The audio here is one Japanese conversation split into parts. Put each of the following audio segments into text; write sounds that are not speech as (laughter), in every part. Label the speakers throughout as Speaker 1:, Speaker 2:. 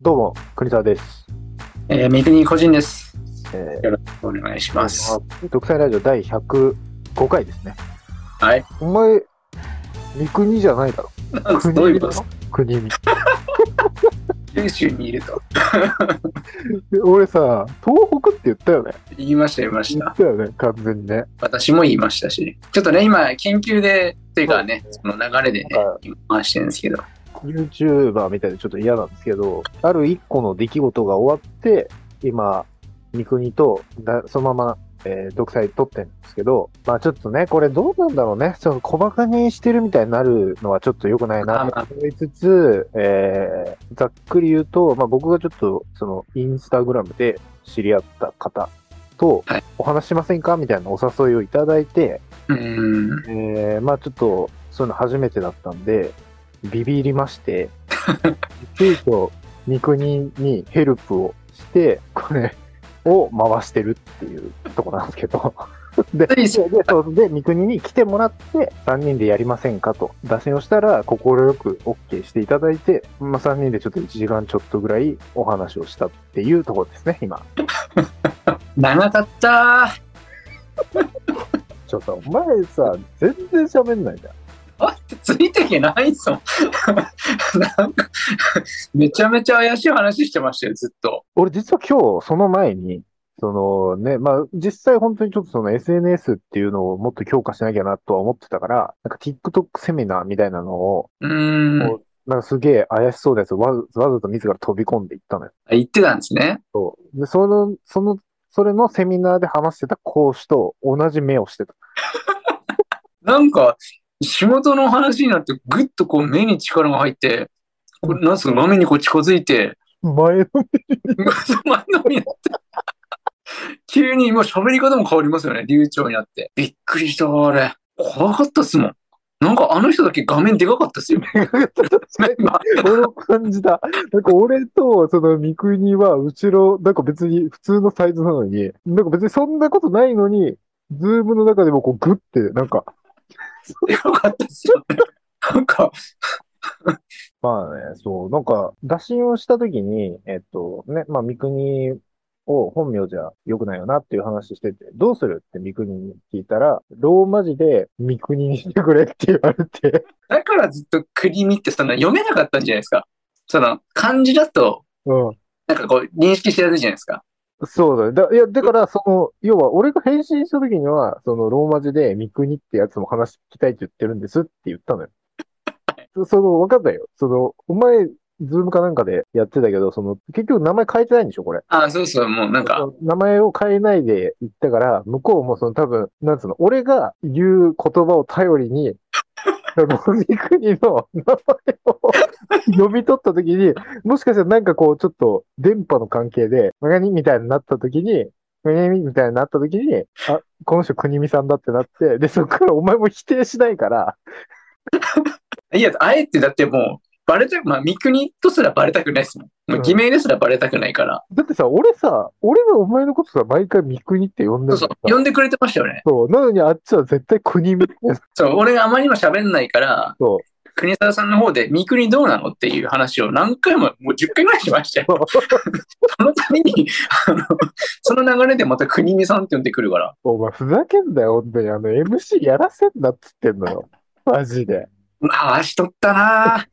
Speaker 1: どうも、国沢です。
Speaker 2: えー、三国個人です。
Speaker 1: え
Speaker 2: よろしくお願いします。
Speaker 1: ー、独裁ラジオ第105回ですね。
Speaker 2: はい。
Speaker 1: お前、三国じゃないだろ。国
Speaker 2: どういうことですか
Speaker 1: 国見。
Speaker 2: 九州にいると。
Speaker 1: で俺さ、東北って言ったよね。
Speaker 2: 言いました、言いまし
Speaker 1: 言
Speaker 2: た
Speaker 1: っ。たよね、完全にね。
Speaker 2: 私も言いましたし。ちょっとね、今、研究で、というかね、その流れでね
Speaker 1: は、
Speaker 2: 今回してるんですけど。
Speaker 1: YouTuber みたいでちょっと嫌なんですけど、ある一個の出来事が終わって、今、三国とだそのまま、えー独裁取ってるんですけど、まあちょっとね、これどうなんだろうね。その小馬鹿にしてるみたいになるのはちょっと良くない
Speaker 2: あ
Speaker 1: な
Speaker 2: まあ
Speaker 1: と思いつつ、えーざっくり言うと、まあ僕がちょっとそのインスタグラムで知り合った方と
Speaker 2: はい
Speaker 1: お話しませんかみたいなお誘いをいただいて、
Speaker 2: うーん。
Speaker 1: えーまあちょっとそういうの初めてだったんでビビりまして (laughs) 急遽三国にヘルプをしてこれを回してるっていうとこなんですけ (laughs) どで
Speaker 2: つい
Speaker 1: でそうで三国に来てもらって3人でやりませんかと打診をしたら快く OK していただいて、まあ、3人でちょっと1時間ちょっとぐらいお話をしたっていうところですね今
Speaker 2: 長かったー。
Speaker 1: ちょっとお前さ全然喋んないじゃん
Speaker 2: あついてけないぞ。 (laughs) なんか、めちゃめちゃ怪しい話してましたよ、ずっと。
Speaker 1: 俺実は今日その前に、そのね、まあ実際本当にちょっとその SNS っていうのをもっと強化しなきゃなとは思ってたから、なんか TikTok セミナーみたいなのを、
Speaker 2: うーん。
Speaker 1: なんかすげえ怪しそうですわざわざと自ら飛び込んでいったのよ。
Speaker 2: あ言ってたんですね。
Speaker 1: そうで、その、その、それのセミナーで話してた講師と同じ目をしてた。
Speaker 2: なんか、仕事の話になって、ぐっとこう目に力が入って、これなんすか、画面にこう近づいて、 (laughs)
Speaker 1: 前の
Speaker 2: 前のめりになって急にもう喋り方も変わりますよね、流暢になって。びっくりした、あれ。怖かったっすもん。なんかあの人だけ画面でかかったっすよ。
Speaker 1: 目が
Speaker 2: (laughs)
Speaker 1: (laughs) 俺も感じた。なんか俺とその三国は後ろ、なんか別に普通のサイズなのに、なんか別にそんなことないのに、ズームの中でもこうグッて、なんか、
Speaker 2: でかかったっすよ。なんか、
Speaker 1: まあね、そう、なんか、打診をしたときに、えっと、ね、まあ三国を本名じゃ良くないよなっていう話してて、どうするって三国に聞いたら、ローマ字で三国にしてくれって言われて、 (laughs)
Speaker 2: だからずっと国見ってその読めなかったんじゃないですか。その漢字だと、
Speaker 1: うん。
Speaker 2: なんかこう認識しやすいじゃないですか。
Speaker 1: そうだね。だ、いや、だから、その、要は、俺が返信した時には、その、ローマ字で、三国ってやつも話聞きたいって言ってるんですって言ったのよ。そその、わかんないよ。その、お前、ズームかなんかでやってたけど、その、結局名前変えてないんでしょ、これ。
Speaker 2: あそうそう、もうなんか、
Speaker 1: 名前を変えないで言ったから、向こうもその多分、なんつうの、俺が言う言葉を頼りに、その三国の名前を読み取った時に、もしかしたらなんかこう、ちょっと電波の関係で、何みたいになった時に、何みたいになった時に、あ、この人国見さんだってなって、で、そっからお前も否定しないから、
Speaker 2: いや、あえてだってもう、バレた、まあ、三国とすらバレたくないですもん。もう偽名ですらバレたくないから。
Speaker 1: だってさ、俺さ、俺はお前のことさ、毎回三国って呼んでるの
Speaker 2: そうそ
Speaker 1: さ
Speaker 2: う、呼んでくれてましたよね。
Speaker 1: そう。なのにあっちは絶対国見って
Speaker 2: そう、俺があまりにも喋んないから、
Speaker 1: そう
Speaker 2: 国沢さんの方で、三国どうなのっていう話を何回も、もう10回ぐらいしましたよ。その度に、あの、その流れでまた国見さんって呼んでくるから。
Speaker 1: お前ふざけんなよ、本当に。あの、MC やらせんなっつってんのよ。
Speaker 2: (laughs)
Speaker 1: マジで。
Speaker 2: まあ、しとったな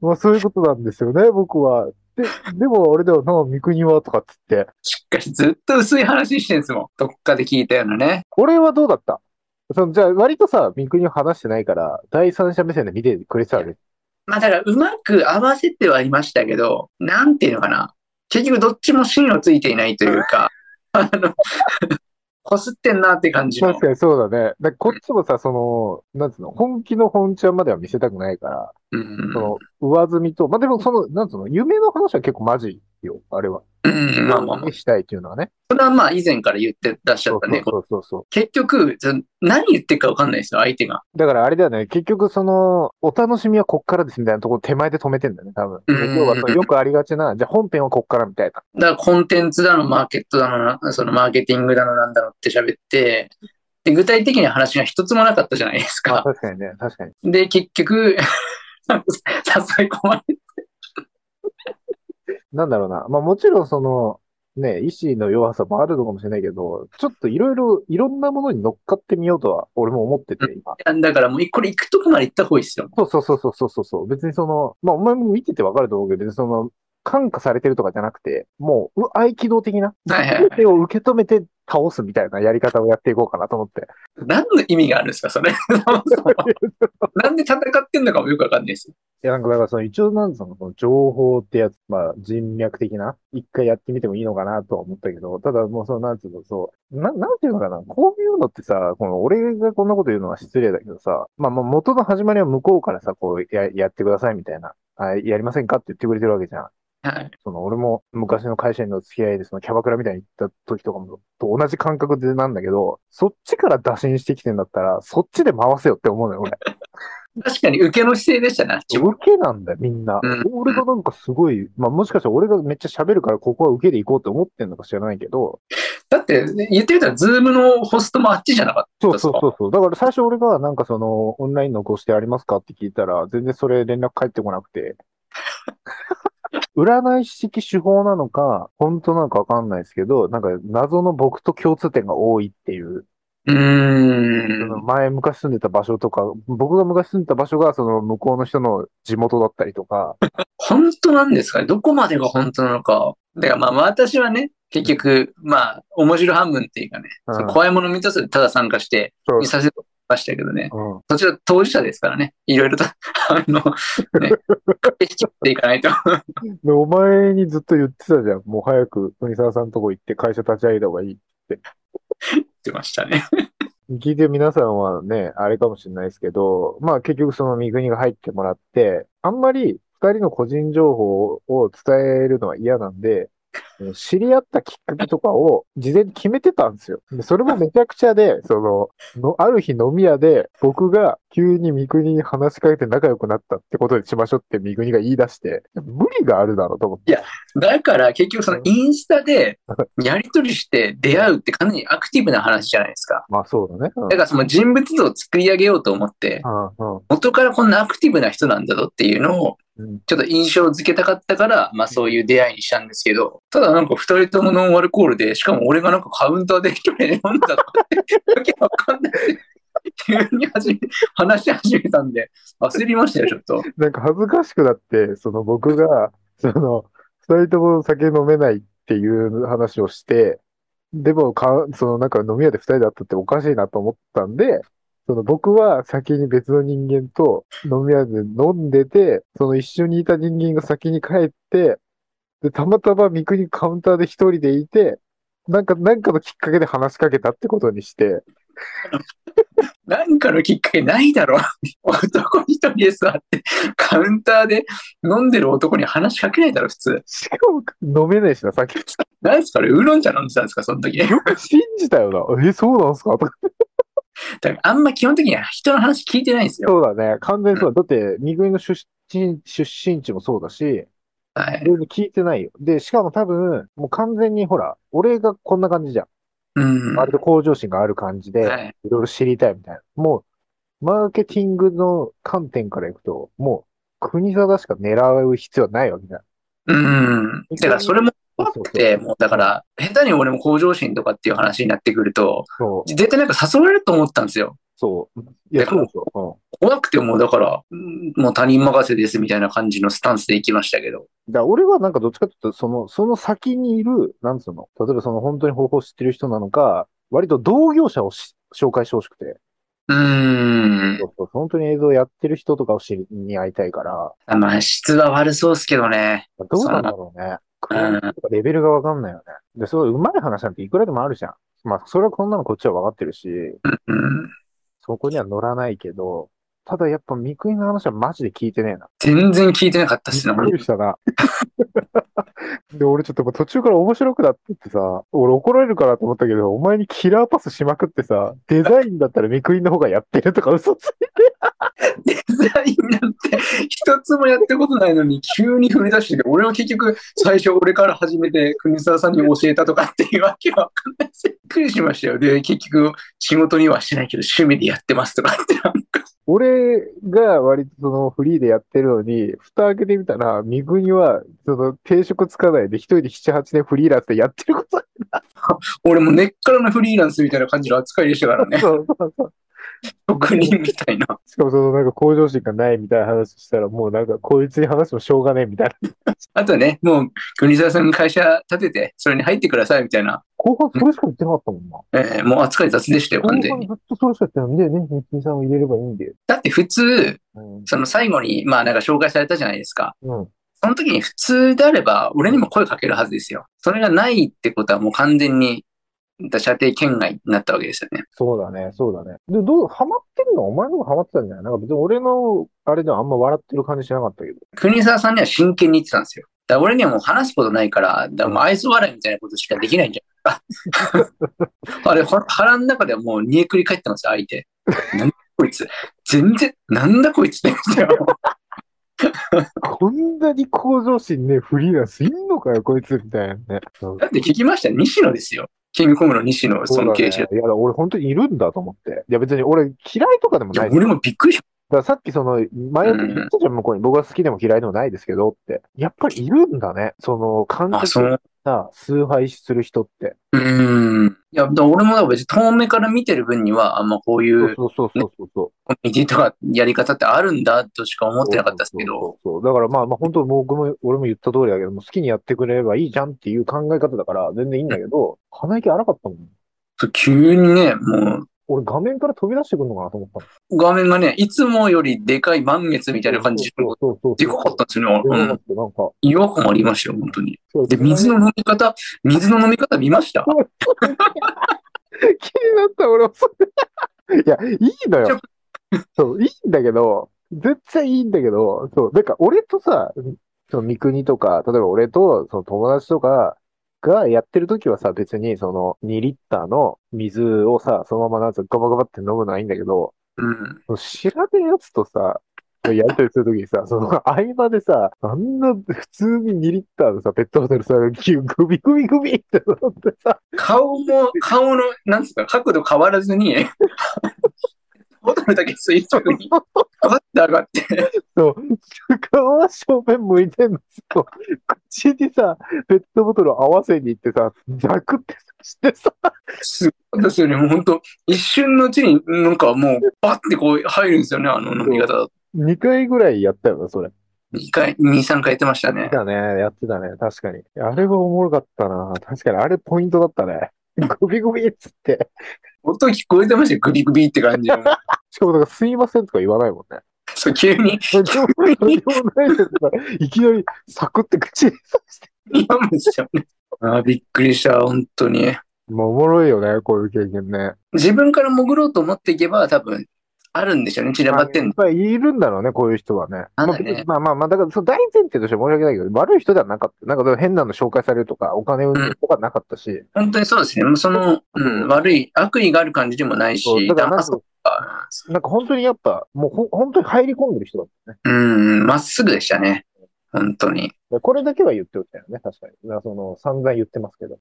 Speaker 1: もうそういうことなんですよね、僕は。で、でも俺でもな、三国はとかっつって。
Speaker 2: しかし、ずっと薄い話してんですもん。どっかで聞いたようなね。
Speaker 1: 俺はどうだったその、じゃあ割とさ、三国は話してないから、第三者目線で見てくれてたわけ。
Speaker 2: まあ、だから、うまく合わせてはいましたけど、なんていうのかな。結局、どっちも芯をついていないというか、あの、 (laughs) こすってんなって感じの
Speaker 1: 確。かにそうだね。だからこっちもさ、その、なんつうの、本気の本ちゃんまでは見せたくないから、
Speaker 2: うん
Speaker 1: その、上積みと、まあ、でもその、なんつうの、夢の話は結構マジよ、あれは。
Speaker 2: うん、まあまあまあ。
Speaker 1: したいっていうのはね。
Speaker 2: それはまあ以前から言ってらっしゃ
Speaker 1: そ
Speaker 2: っ
Speaker 1: う
Speaker 2: たね。
Speaker 1: そうそうそう。
Speaker 2: 結局、その何言ってるか分かんないですよ、相手が。
Speaker 1: だからあれだよね、結局その、お楽しみはこっからですみたいなところ手前で止めてんだよね、多分。
Speaker 2: うん
Speaker 1: で要はそのよくありがちな、じゃあ本編はこっからみたいな。
Speaker 2: だからコンテンツだの、マーケットだのな、そのマーケティングだの、なんだのって喋って、で、具体的に話が一つもなかったじゃないですか。
Speaker 1: 確
Speaker 2: (laughs)
Speaker 1: かにね、確かに。
Speaker 2: で、結局、誘い込まれて、
Speaker 1: なんだろうな。まあもちろんその、ね、意志の弱さもあるのかもしれないけど、ちょっといろいろ、いろんなものに乗っかってみようとは、俺も思ってて、今。
Speaker 2: やだからもう、これ行くとこまで行った方がいいですよ。
Speaker 1: そうそうそうそうそうそう。別にその、まあお前も見ててわかると思うけど、別にその、感化されてるとかじゃなくて、もう、う合気道的な、
Speaker 2: はいはい
Speaker 1: 全
Speaker 2: はい。
Speaker 1: てを受け止めて倒すみたいなやり方をやっていこうかなと思って。
Speaker 2: 何の意味があるんですか、それ。そもそもなんで戦ってんのかもよくわかんないです。
Speaker 1: いや、なんか、だからその一応なんその、この情報ってやつ、まあ人脈的な、一回やってみてもいいのかなとは思ったけど、ただもうその、なんつうの、そう、な、なんていうのかな、こういうのってさ、この俺がこんなこと言うのは失礼だけどさ、まあまあ元の始まりは向こうからさ、こうや、やってくださいみたいな、あ、やりませんかって言ってくれてるわけじゃん。
Speaker 2: はい。
Speaker 1: その、俺も昔の会社員の付き合いで、そのキャバクラみたいに行った時とかも、と同じ感覚でなんだけど、そっちから打診してきてんだったら、そっちで回せよって思うのよ、俺。
Speaker 2: 確かに受けの姿勢でしたな、自分
Speaker 1: 受けなんだよ、みんな
Speaker 2: うん。
Speaker 1: 俺がなんかすごい、まあもしかしたら俺がめっちゃ喋るからここは受けで行こうって思ってんのか知らないけど、
Speaker 2: だって、言ってみたら、ズームのホストもあっちじゃなかっ
Speaker 1: そうそうそうそう。だから最初俺がなんかその、オンラインのご指定ありますかって聞いたら、全然それ連絡返ってこなく (laughs) て。占い式手法なのか、本当なのかわかんないですけど、なんか謎の僕と共通点が多いっていう、
Speaker 2: た。う
Speaker 1: そ
Speaker 2: ー
Speaker 1: の
Speaker 2: ん。
Speaker 1: 前昔住んでた場所とか、僕が昔住んでた場所がその向こうの人の地元だったりと (laughs) か、
Speaker 2: 本当なんですかねどこまでが本当なのか。だからまあ私はね、結局、まあ、面白半分っていうかね、
Speaker 1: うん
Speaker 2: そう怖いもの見たすでただ参加して、
Speaker 1: そう
Speaker 2: 見させてもらいましたけどね、
Speaker 1: うん、
Speaker 2: そちら当事者ですからね、いろいろと、あの、
Speaker 1: (laughs)
Speaker 2: ね、引き取っていかないと。
Speaker 1: で、お前にずっと言ってたじゃん。もう早く、国沢さんのとこ行って会社立ち上げた方がいい。
Speaker 2: ってましたね。
Speaker 1: 聞いてる皆さんはね、あれかもしれないですけど、まあ結局その三国が入ってもらって、あんまり二人の個人情報を伝えるのは嫌なんで、えー知り合ったきっかけとかを事前に決めてたんですよ。でそれもめちゃくちゃで、その、のある日飲み屋で僕が急に三国に話しかけて仲良くなったってことにしましょうって三国が言い出して、無理があるだろうと思って。
Speaker 2: だから結局そのインスタ
Speaker 1: (laughs)
Speaker 2: でやり取りして出会うってかなりアクティブな話じゃないですか。
Speaker 1: まあそうだね。うん
Speaker 2: だからその人物像を作り上げようと思って、
Speaker 1: うんうん
Speaker 2: 元からこんなアクティブな人なんだぞっていうのを
Speaker 1: うん
Speaker 2: ちょっと印象付けたかったから、まあそういう出会いにしたんですけど、ただなんか二人ともノンアルコールで、しかも俺がなんかカウンターで一人で飲んだとかって、わけわかんない。急に始め、話し始めたんで、焦りましたよ、ちょっと。
Speaker 1: なんか恥ずかしくなって、その僕が、その、二人とも酒飲めないっていう話をして、でもか、そのなんか飲み屋で二人だったっておかしいなと思ったんで、その僕は先に別の人間と飲み屋で飲んでて、その一緒にいた人間が先に帰って、で、たまたま三国カウンターで一人でいて、なんか、なんかのきっかけで話しかけたってことにして、
Speaker 2: なんかのきっかけないだろ。 (laughs) 男一人で座って、カウンターで飲んでる男に話しかけないだろ、普通。
Speaker 1: しかも飲めないしな、酒。
Speaker 2: 何ですかあれウーロン茶飲んでたんですか、その時。 (laughs) だ
Speaker 1: よく信じたよな。え、そうなんすかとか
Speaker 2: からあんま基本的には人の話聞いてないんですよ。
Speaker 1: そうだね。完全にそうだ。だって、三国の出身、出身地もそうだし、
Speaker 2: はい
Speaker 1: い。ろいろ聞いてないよ。で、しかも多分、もう完全にほら、俺がこんな感じじゃん。
Speaker 2: うん。は
Speaker 1: 割と向上心がある感じで、
Speaker 2: い。
Speaker 1: いろいろ知りたいみたいな。もう、マーケティングの観点からいくと、もう、国定しか狙う必要はないわけじゃん。
Speaker 2: うん。だからそれも怖くて、もうだから、下手に俺も向上心とかっていう話になってくると、
Speaker 1: そう、
Speaker 2: 絶対なんか誘われると思ったんですよ。
Speaker 1: そう。いや、
Speaker 2: だ
Speaker 1: そ
Speaker 2: か
Speaker 1: う
Speaker 2: ら
Speaker 1: そううん。
Speaker 2: 怖くてもうだから、うんもう他人任せですみたいな感じのスタンスで行きましたけど。
Speaker 1: だから俺はなんかどっちかというと、その、その先にいる、なんつうの、例えばその本当に方法を知ってる人なのか、割と同業者をし紹介してほしくて。
Speaker 2: うん
Speaker 1: そ。うそう本当に映像やってる人とかを知りに会いたいから、
Speaker 2: まあ質は悪そうっすけどね。
Speaker 1: どうなんだろうね。ク
Speaker 2: う
Speaker 1: オ
Speaker 2: だ
Speaker 1: リ
Speaker 2: な
Speaker 1: ティとかレベルがわかんないよね。で、そういうまい話なんていくらでもあるじゃん。まあ、それはこんなのこっちはわかってるし、
Speaker 2: うん。
Speaker 1: そこには乗らないけど、ただやっぱ三國の話はマジで聞いてねえな。
Speaker 2: 全然聞いてなかったっすね。
Speaker 1: びっくりしたな。で、俺ちょっともう途中から面白くなってってさ、俺怒られるかなと思ったけど、お前にキラーパスしまくってさ、デザインだったら三國の方がやってるとか嘘つい
Speaker 2: デザインなんて一つもやったことないのに急に振り出してて、俺は結局最初俺から始めて国沢さんに教えたとかっていうわけわかんないです。びっくりしましたよ。で、結局仕事にはしてないけど趣味でやってますとかってなんか
Speaker 1: 俺が割とそのフリーでやってるのに、蓋開けてみたら、三国はその定職つかないで一人で7、8年フリーランスでやってること
Speaker 2: 俺も根っからのフリーランスみたいな感じの扱いでしたか
Speaker 1: (laughs)
Speaker 2: らね。
Speaker 1: そうそうそう
Speaker 2: 職人みたいな。
Speaker 1: しかもそのなんか向上心がないみたいな話したら、もうなんかこいつに話してもしょうがねえみたいな。
Speaker 2: あとね、もう、国沢さんが会社立てて、それに入ってくださいみたいな、
Speaker 1: 後半それしか言ってなかったもんな。
Speaker 2: えーもう扱い雑でしたよ、完全に。
Speaker 1: ずっとそれしかやってないんでね、日記さんを入れればいいんで。
Speaker 2: だって普通、
Speaker 1: うん。
Speaker 2: その最後に、まあなんか紹介されたじゃないですか。
Speaker 1: うん。
Speaker 2: その時に普通であれば、俺にも声かけるはずですよ。それがないってことはもう完全に、射程圏外になったわけですよね。
Speaker 1: そうだね、そうだね。で、どう、ハマってんのお前の方がハマってたんじゃないなんか別に俺の、あれではあんま笑ってる感じしなかったけど。
Speaker 2: 国沢さんには真剣に言ってたんですよ。だから俺にはもう話すことないから、だからもう愛想笑いみたいなことしかできないんじゃない (laughs) か。あれ、ほ腹の中ではもう煮えくり返ってますよ、相手。なんだこいつ。全然、なんだこいつって言ってたよ。
Speaker 1: こんなに向上心ね、フリーランスいんのかよ、こいつみたいな
Speaker 2: (laughs)
Speaker 1: ね。
Speaker 2: だって聞きました、西野ですよ。キングコムの西野尊敬してる。
Speaker 1: いや、俺本当にいるんだと思って。いや、別に俺嫌いとかでも
Speaker 2: いや
Speaker 1: ない。だか
Speaker 2: 俺もびっくりし
Speaker 1: らさっきその、前言ったじゃん、向こうに。僕は好きでも嫌いでもないですけどって。やっぱりいるんだね。その、感
Speaker 2: た。あ、そ
Speaker 1: 覚
Speaker 2: う。
Speaker 1: さ、崇拝する人って。
Speaker 2: うーん。いや、だから俺もだから別に遠目から見てる分には、あんまこうい
Speaker 1: そう
Speaker 2: う
Speaker 1: そうそうそうそうそう。
Speaker 2: コミュニティとかやり方ってあるんだとしか思ってなかったですけど、
Speaker 1: そうそうそうだからまあまあ本当僕も、俺も言った通りだけど、もう好きにやってくれればいいじゃんっていう考え方だから全然いいんだけど、鼻息荒かったもん。
Speaker 2: 急にね、も
Speaker 1: 俺画面から飛び出してくるのかなと思った
Speaker 2: う画面がね、いつもよりでかい満月みたいな感じで、
Speaker 1: そうそうそう。
Speaker 2: でかかったんですよね。う
Speaker 1: でか
Speaker 2: ん。
Speaker 1: ったなんか。
Speaker 2: 違和感ありましたよ、本当に。
Speaker 1: そう
Speaker 2: で、水の飲み方、水の飲み方見ました
Speaker 1: 気になった俺はそれ。いや、いいのよ。そう、いいんだけど、絶対いいんだけど、そう、なんか俺とさ、その三国とか、例えば俺とその友達とかがやってる時はさ、別にその2リッターの水をさ、そのままなんつうのガバガバって飲むのはいいんだけど、
Speaker 2: うん。
Speaker 1: その知らねえやつとさ、やりとりするときにさ、その合間でさ、あんな普通に2リッターのさ、ペットボトルさ、グビグビグビって飲んでさ、
Speaker 2: 顔も、顔の、なんつうか、角度変わらずに、 (laughs) ボトルだけ垂直に、わって上がって、
Speaker 1: そう、顔は正面向いてんの。そう口にさ、ペットボトルを合わせに行ってさ、ザクってしてさ、
Speaker 2: すごいですよね。もう本当一瞬のうちに、なんかもう、バッてこう入るんですよね、あの飲み方だと。
Speaker 1: 2回ぐらいやったよな、それ。
Speaker 2: 2回、2、3回やってましたね。
Speaker 1: だね、やってたね、確かに。あれはおもろかったな。確かに、あれポイントだったね。ゴビゴビっつって。
Speaker 2: 音聞こえてましたよ、グビグビっ
Speaker 1: (laughs)
Speaker 2: て感じの。
Speaker 1: しかも、なんか、すいませんとか言わないもんね。
Speaker 2: そう、急に、
Speaker 1: (laughs) とんでもないとんでもないですとかいきなり、サクって口にさして。
Speaker 2: 飲むんですよね。あーびっくりした、本当に。
Speaker 1: まあおもろいよね、こういう経験ね。
Speaker 2: 自分から潜ろうと思っていけば、多分、あるんでしょうね、散らばってん
Speaker 1: やっ
Speaker 2: の。
Speaker 1: ぱりいるんだろうね、こういう人はね。
Speaker 2: なんだね
Speaker 1: まあ別にまあまあまあ、だからその大前提として申し訳ないけど、悪い人ではなかった。なんかでも変なの紹介されるとか、お金をとかなかったし、
Speaker 2: 本当にそうですね。もうその、うん、悪い、悪意がある感じでもないし
Speaker 1: そう、だからなん
Speaker 2: 騙
Speaker 1: か
Speaker 2: そうか。
Speaker 1: なんか本当にやっぱ、もうほ本当に入り込んでる人だったね。
Speaker 2: うん、まっすぐでしたね。本当に。
Speaker 1: だからこれだけは言っておきたいよね、確かに。まあその散々言ってますけど。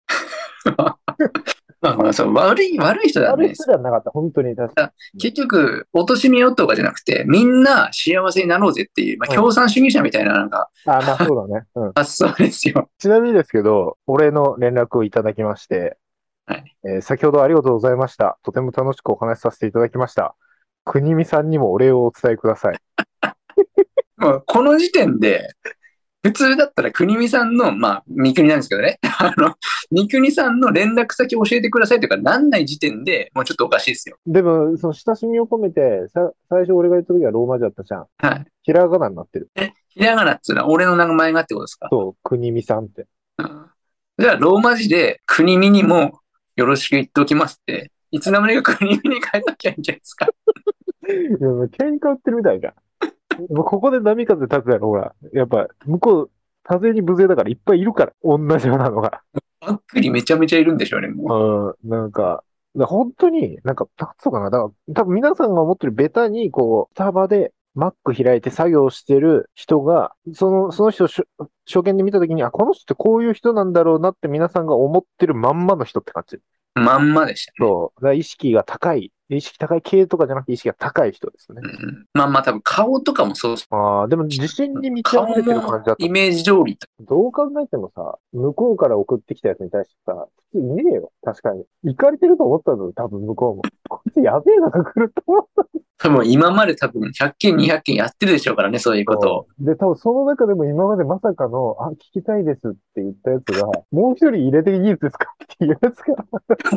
Speaker 2: まあまあ、そう、悪い、悪い人ではな
Speaker 1: 悪
Speaker 2: い
Speaker 1: い
Speaker 2: です
Speaker 1: 人。ではなかった、本当に確か
Speaker 2: 結局、貶としめようとかじゃなくて、みんな幸せになろうぜっていう、ま
Speaker 1: う
Speaker 2: あ、
Speaker 1: ん
Speaker 2: 共産主義者みたいななんか
Speaker 1: に。ああ、まあそうだね。うん。
Speaker 2: 発想ですよ。 (laughs)
Speaker 1: ちなみにですけど、お礼の連絡をいただきまして、
Speaker 2: はい
Speaker 1: えー先ほどありがとうございました。とても楽しくお話しさせていただきました。国見さんにもお礼をお伝えください。
Speaker 2: もうこの時点で、普通だったら国見さんの、まあ、三国なんですけどね、 (laughs) あの、三国さんの連絡先教えてくださいとかなんない時点で、もうちょっとおかしいですよ。
Speaker 1: でも、その親しみを込めて、さ、最初俺が言った時はローマ字だったじゃん。
Speaker 2: はい。
Speaker 1: ひらがなになってる。
Speaker 2: ひらがなっつうのは俺の名前がってことですか。
Speaker 1: そう、国見さんって。
Speaker 2: うんじゃあ、ローマ字で国見にもよろしく言っておきますって、いつの間にか国見に変えなきゃいいんじゃないですか。
Speaker 1: いや、もう喧嘩売ってるみたいじゃん。もうここで波風立つやろ、ほら。やっぱ、向こう、多勢に無勢だからいっぱいいるから、同じようなのが。
Speaker 2: ばっくりめちゃめちゃいるんでしょうね、もう。
Speaker 1: うん、なんか、だから本当に、なんか、なんつうかな、だから、多分皆さんが思ってるベタに、こう、スタバで、Mac 開いて作業してる人が、その、その人をしょ初見で見たときに、あ、この人ってこういう人なんだろうなって皆さんが思ってるまんまの人って感じ。
Speaker 2: まんまでしたね。
Speaker 1: そう。だから意識が高い意識高い系とかじゃなくて意識が高い人ですね
Speaker 2: う。んまあまあ多分顔とかもそうです
Speaker 1: ああ、でも自信に満ち溢れてる感じだった
Speaker 2: イ。メージ通りだ
Speaker 1: どう考えてもさ、向こうから送ってきたやつに対してさ、普通いねえよ。確かに。行かれてると思ったの多分向こうも。こいつやべえのが来ると思っ
Speaker 2: 多分今まで多分100件200件やってるでしょうからね、そういう
Speaker 1: た
Speaker 2: ことを。
Speaker 1: で、多分その中でも今までまさかの、あ、聞きたいですって言ったやつが、もう一人入れていいですかっていうやつが、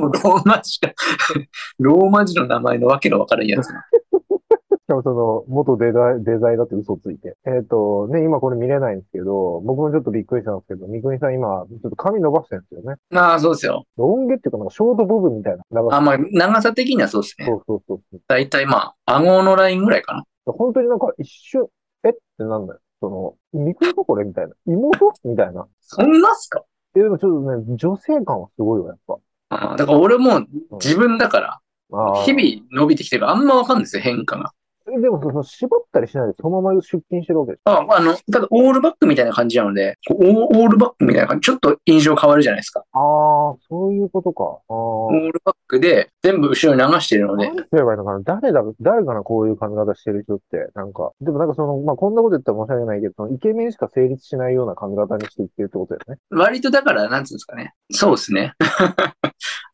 Speaker 2: もうローマ字が (laughs) ローマ字の名前のわけのわからんやつ。
Speaker 1: しかもその、元デザイデザインだって嘘ついて。えっ、と、ね、今これ見れないんですけど、僕もちょっとびっくりしたんですけど、三國さん今、ちょっと髪伸ばしてるんですよね。
Speaker 2: まあそうですよ。
Speaker 1: ロン毛っていうか、なんかショートボブみたいな長さ。
Speaker 2: あまあ長さ的にはそうですね
Speaker 1: そ。うそうそうそう。
Speaker 2: だいたいまあ、顎のラインぐらいかな。
Speaker 1: 本当になんか一瞬、えってなんだよ。その、三國かこれみたいな。妹みたいな。
Speaker 2: そんなっすか
Speaker 1: え、でもちょっとね、女性感はすごいわ、やっぱ。
Speaker 2: あーだから俺も自分だから、
Speaker 1: あー
Speaker 2: 日々伸びてきてるからあんまわかんないですよ、変化が。
Speaker 1: えでもその、絞ったりしないで、そのまま出勤してるわけでし
Speaker 2: ああの、ただオールバックみたいな感じなので、こうオーオールバックみたいな感じ、ちょっと印象変わるじゃないですか。
Speaker 1: ょ。ああ、そういうことか。
Speaker 2: オ
Speaker 1: あ
Speaker 2: ールバックで全部後ろに流してるの
Speaker 1: あ。
Speaker 2: で
Speaker 1: 何、すればいいのかな誰だ、誰かなこういう髪型してる人って。なんか、でもなんかその、まあ、こんなこと言ったら申し訳ないけど、そのイケメンしか成立しないような髪型にしていってるってことだよね。
Speaker 2: 割とだから、なんつうんですかね。そうですね。 (laughs)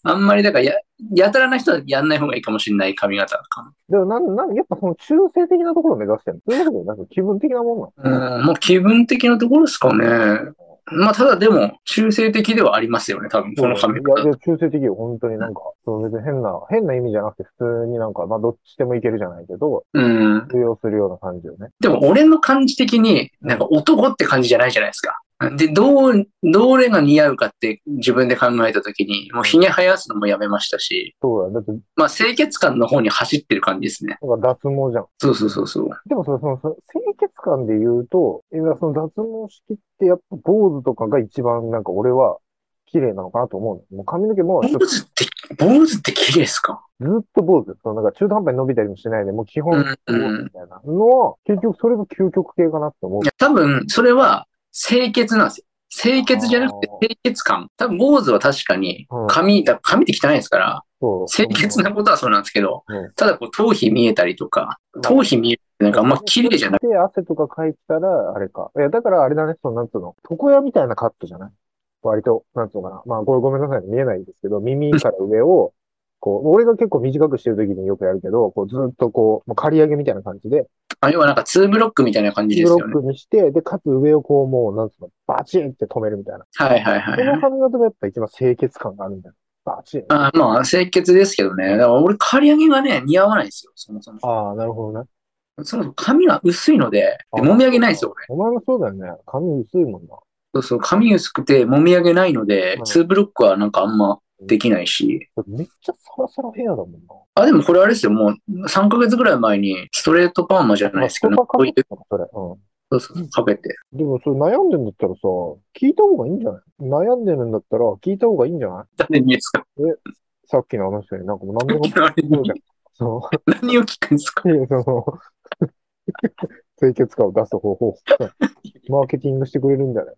Speaker 2: あんまりだからや、やたらな人はやんない方がいいかもしれない髪型かも。
Speaker 1: でもなん、なん、やっぱその中性的なところを目指してるのそういうことでなんか気分的なもんなの
Speaker 2: うん、もう気分的なところですかね。まあ、ただでも、中性的ではありますよね、多分、この髪
Speaker 1: いや、い
Speaker 2: 型。
Speaker 1: や中性的よ、本当になんか、その別に変な、変な意味じゃなくて、普通になんか、まあ、どっちでもいけるじゃないけど、
Speaker 2: うん。
Speaker 1: 通用するような感じよね。
Speaker 2: でも、俺の感じ的に、なんか男って感じじゃないじゃないですか。で、どう、どれが似合うかって自分で考えたときに、もう髭生やすのもやめましたし、
Speaker 1: そうだよ、だって、
Speaker 2: まあ清潔感の方に走ってる感じですね。
Speaker 1: なんか脱毛じゃん。
Speaker 2: そうそうそうそう。
Speaker 1: でもその、その、その清潔感で言うと、えその脱毛式ってやっぱ坊主とかが一番なんか俺は綺麗なのかなと思うの。もう髪の毛も
Speaker 2: 坊
Speaker 1: ちょっとず
Speaker 2: 主って、坊主って綺麗ですか
Speaker 1: っと坊主。そのなんか中途半端に伸びたりもしないで、もう基本
Speaker 2: うん
Speaker 1: 坊主みたいなのは、結局それが究極系かなって思う
Speaker 2: い。や、多分、それは、清潔なんですよ。清潔じゃなくて
Speaker 1: あー、
Speaker 2: 清潔感。多分、坊主は確かに
Speaker 1: うん、
Speaker 2: 髪、だ髪って汚いですから、
Speaker 1: そう。
Speaker 2: 清潔なことはそうなんですけど
Speaker 1: うん、
Speaker 2: ただ、こう、頭皮見えたりとか、頭皮見えるってなんか、あんま綺麗じゃない。
Speaker 1: で、汗とかかいたら、あれか。いや、だからあれだね、その、なんつうの、床屋みたいなカットじゃない割と、なんつうのかな。まあ、これごめんなさいね、見えないんですけど、耳から上を、こう、俺が結構短くしてる時によくやるけど、こう、ずっとこう、もう刈り上げみたいな感じで、
Speaker 2: あ要はなんか、ツーブロックみたいな感じで
Speaker 1: ブ
Speaker 2: す
Speaker 1: ロ
Speaker 2: よ
Speaker 1: ッ
Speaker 2: ね。
Speaker 1: クにして、で、かつ上をこう、もう、なんつうの、バチンって止めるみたいな。
Speaker 2: はいはいは
Speaker 1: こ
Speaker 2: い
Speaker 1: の
Speaker 2: はい。
Speaker 1: 髪型がやっぱ一番清潔感があるみたいな。バチン。
Speaker 2: あーまあ、清潔ですけどね。だから俺、刈り上げがね、似合わないんですよ、そもそも。
Speaker 1: ああ、なるほどね。
Speaker 2: そもそも髪が薄いので、で揉み上げないんですよ、俺。
Speaker 1: お前もそうだよね。髪薄いもんな。
Speaker 2: そうそう、髪薄くて揉み上げないので
Speaker 1: うん、
Speaker 2: ツーブロックはなんかあんまできないし、
Speaker 1: めっちゃサラサラヘアだもんな。
Speaker 2: あ、でもこれあれですよ、もう3ヶ月ぐらい前にストレートパーマじゃないですけど、
Speaker 1: まあ
Speaker 2: こういう、
Speaker 1: そこかかってたのそれ。うん。
Speaker 2: そうそう、かけて。
Speaker 1: でも、それ悩んでんだったらさ、聞いた方がいいんじゃない悩んでるんだったら、聞いた方がいいんじゃない
Speaker 2: 誰にですか
Speaker 1: さっきの話に、なんかもう何でも聞
Speaker 2: 誰に
Speaker 1: こうじゃん。そ
Speaker 2: 何を聞くんですか
Speaker 1: う、いやその、清潔感を出す方法。マーケティングしてくれるんじゃない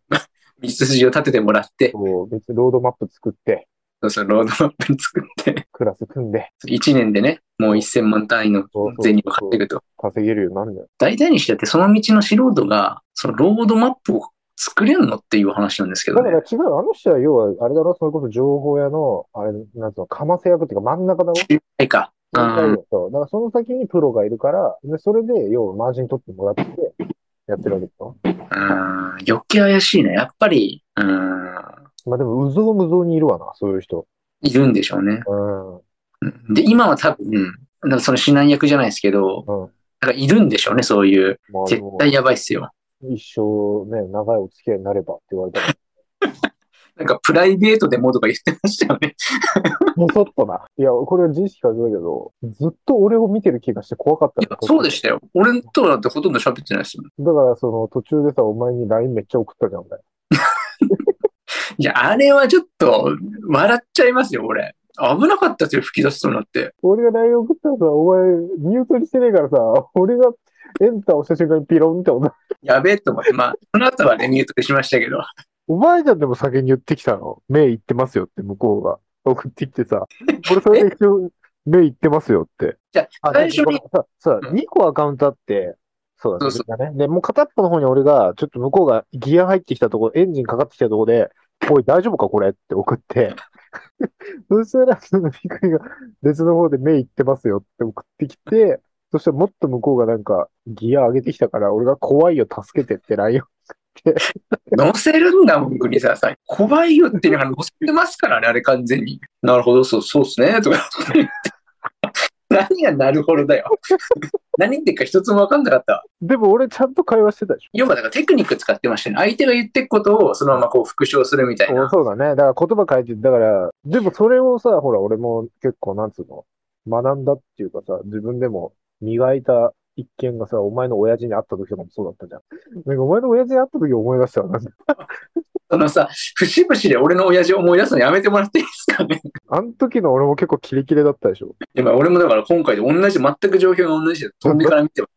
Speaker 2: 道筋を立ててもらって、
Speaker 1: そう、別にロードマップ作って、
Speaker 2: そうそう、ロードマップ作って、
Speaker 1: クラス組んで、
Speaker 2: 1年でね、もう1000万単位の銭を買っていくと。
Speaker 1: 稼げるようになるんだよ。
Speaker 2: 大体にしてって、その道の素人が、そのロードマップを作れんのっていう話なんですけ
Speaker 1: だか
Speaker 2: ど
Speaker 1: ら
Speaker 2: ね。
Speaker 1: 違う、あの人は要は、あれだろ、それこそ情報屋の、あれ、なんつうの、かませ役っていうか真ん中だろ
Speaker 2: はいか。う
Speaker 1: そうだ
Speaker 2: ん。
Speaker 1: からその先にプロがいるから、でそれで、要はマージン取ってもらって、やってるわけでしょ
Speaker 2: うん余計怪しいね。やっぱり、うん、
Speaker 1: まあでも、うぞうむぞうにいるわな、そういう人。
Speaker 2: いるんでしょうね。
Speaker 1: うん。
Speaker 2: うんで、今は多分、なんかその指南役じゃないですけど、
Speaker 1: うん
Speaker 2: なんかいるんでしょうね、そういう。
Speaker 1: まあで
Speaker 2: 絶
Speaker 1: も、
Speaker 2: 対やばいっすよ。
Speaker 1: 一生ね、長いお付き合いになればって言われたら、 (laughs)
Speaker 2: なんかプライベートでもとか言ってましたよね。
Speaker 1: もそっとな。いや、これは自意識からだけど、ずっと俺を見てる気がして怖かった
Speaker 2: い
Speaker 1: の
Speaker 2: や (laughs) そうでしたよ。俺とだってほとんど喋ってないですよ。
Speaker 1: だから、その途中でさ、お前に LINE めっちゃ送ったじゃん、俺。
Speaker 2: いや、あれはちょっと笑っちゃいますよ、俺。危なかったですよ、吹き出しそうになって。
Speaker 1: 俺が LINE 送ったらさ、お前、ミュートにしてねえからさ、俺がエンター押した瞬間にピロンって音。
Speaker 2: やべえと思って、まあ、その後はね、ミュートしましたけど。
Speaker 1: お前じゃんでも先に言ってきたの。目いってますよって向こうが送ってきてさ、俺それで一応で言ってますよって。
Speaker 2: じゃあ、
Speaker 1: あ
Speaker 2: 最初に、。
Speaker 1: だそうだ、
Speaker 2: うん
Speaker 1: 2個アカウントあって、そうだね。
Speaker 2: そう
Speaker 1: みんなねで、もう片っぽの方に俺が、ちょっと向こうがギア入ってきたとこ、エンジンかかってきたとこで、おい、大丈夫かこれって送って。 (laughs) そしたら、そのびっくりが別の方で目いってますよって送ってきて、そしたらもっと向こうがなんかギア上げてきたから、俺が怖いよ、助けてって LINE を
Speaker 2: 乗せるんだもん、国沢さん。怖いよっていうのが乗せてますからね、あれ完全に。なるほど、そう、そうっすね、とか言って。 (laughs) 何がなるほどだよ。何言ってるか一つも分かんなかったわ。
Speaker 1: でも俺ちゃんと会話してたでしょ
Speaker 2: 要はだからテクニック使ってましたね。相手が言ってくことをそのままこう復唱する
Speaker 1: (laughs)
Speaker 2: みたいな。
Speaker 1: そうだね。だから言葉変えて、だから、でもそれをさ、ほら、俺も結構、なんつうの、学んだっていうかさ、自分でも磨いた一見がさ、お前の親父に会った時とかもそうだったじゃん。なんかお前の親父に会った時思い出したわ。なんか
Speaker 2: そのさ、節々で俺の親父を思い出すのやめてもらっていいですかね。
Speaker 1: あの時の俺も結構キレキレだったでしょ。
Speaker 2: 今俺もだから今回で同じ、全く状況が同じで、飛んでから見ても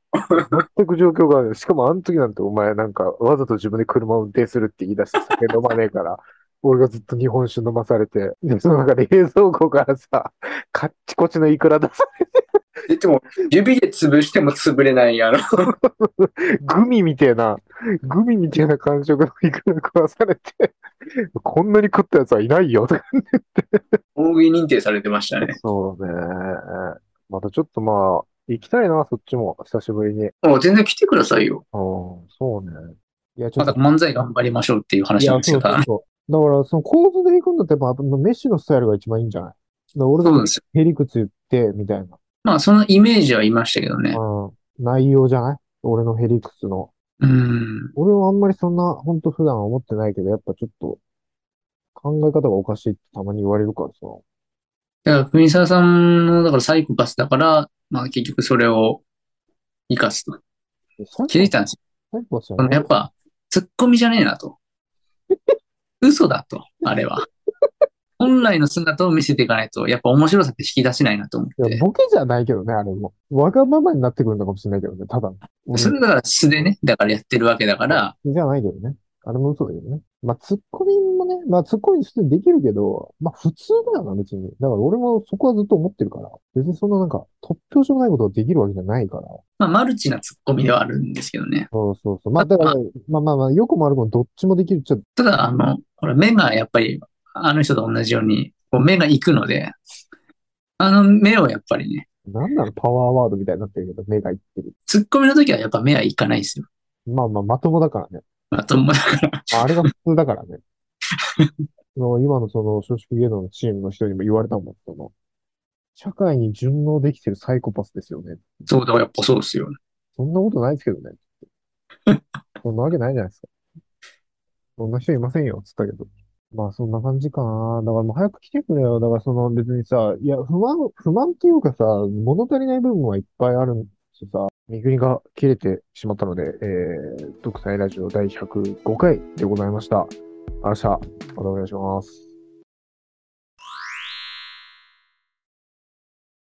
Speaker 1: 全く状況がある。しかもあの時なんてお前なんかわざと自分で車を運転するって言い出して酒飲まねえから、俺がずっと日本酒飲まされて、で、その中で冷蔵庫からさ、カッチコチのイクラ出さ
Speaker 2: (laughs) ででも指で潰しても潰れない、あの、
Speaker 1: グミみてえな、グミみてえな感触のいくら食わされて、こんなに食ったやつはいないよとか。
Speaker 2: 大食い認定されてましたね。
Speaker 1: そうね。またちょっとまあ、行きたいな、そっちも、久しぶりに。うん、
Speaker 2: もう全然来てくださいよ。
Speaker 1: そうね。いや、ちょ
Speaker 2: ま
Speaker 1: っ
Speaker 2: だ
Speaker 1: と。
Speaker 2: 漫才頑張りましょうっていう
Speaker 1: い
Speaker 2: 話
Speaker 1: や
Speaker 2: なん、です
Speaker 1: そ
Speaker 2: よ。
Speaker 1: うそうそう。だから、その構図で行くんだったら、やっぱメッシのスタイルが一番いいんじゃないだから俺
Speaker 2: そうなん
Speaker 1: が
Speaker 2: ですよ。
Speaker 1: ヘリクツ言って、みたいな。
Speaker 2: まあ、そのイメージはいましたけどね。
Speaker 1: うん。内容じゃない俺のヘリクツの。
Speaker 2: うん。
Speaker 1: 俺はあんまりそんな、ほんと普段思ってないけど、やっぱちょっと、考え方がおかしいってたまに言われるからさ。
Speaker 2: だから、国沢さんの、だからサイコパスだから、まあ、結局それを生かすと。気づいたんですよ。
Speaker 1: 最後じゃ
Speaker 2: その
Speaker 1: な
Speaker 2: や
Speaker 1: い
Speaker 2: っぱ、ツッコミじゃねえなと。 (laughs) 嘘だと、あれは。本来の姿を見せていかないと、やっぱ面白さって引き出せないなと思っ
Speaker 1: いや、
Speaker 2: て。
Speaker 1: ボケじゃないけどね、あれも。わがままになってくるのかもしれないけどね、ただの。うん
Speaker 2: それだから素でね、だからやってるわけだから、
Speaker 1: じゃないけどね。あれも嘘だけどね。まあ、ツッコミもね、まあ、ツッコミ普通にできるけど、まあ、普通だよな、別に。だから俺もそこはずっと思ってるから。別にそんななんか、突拍子もないことができるわけじゃないから。
Speaker 2: まあ、マルチなツッコミではあるんですけどね。
Speaker 1: そうそうそう。まあ、だから、まあまあまあ、良くも悪くもどっちもできるっちゃ、
Speaker 2: ただ、あの、これ目がやっぱり、あの人と同じように、こう目が行くので、あの目をやっぱりね、
Speaker 1: なんなのパワーワードみたいになってるけど、目がいってる。
Speaker 2: ツッコミの時はやっぱ目は行かないですよ。
Speaker 1: まあまあ、まともだからね。
Speaker 2: まともだから。
Speaker 1: まああれが普通だからね。もう今のその、少子芸能のチームの人にも言われたもん、その、社会に順応できてるサイコパスですよね。
Speaker 2: そう、だからやっぱそうですよ。
Speaker 1: そんなことないですけどね。そんなわけないじゃないですか。そんな人いませんよ、つったけど。まあそんな感じかな。だからもう早く来てくれよ。だからその別にさ、いや、不満、不満っていうかさ、物足りない部分はいっぱいあるんしさ、三国が切れてしまったので、えー、独裁ラジオ第105回でございました。あした、またお願いします。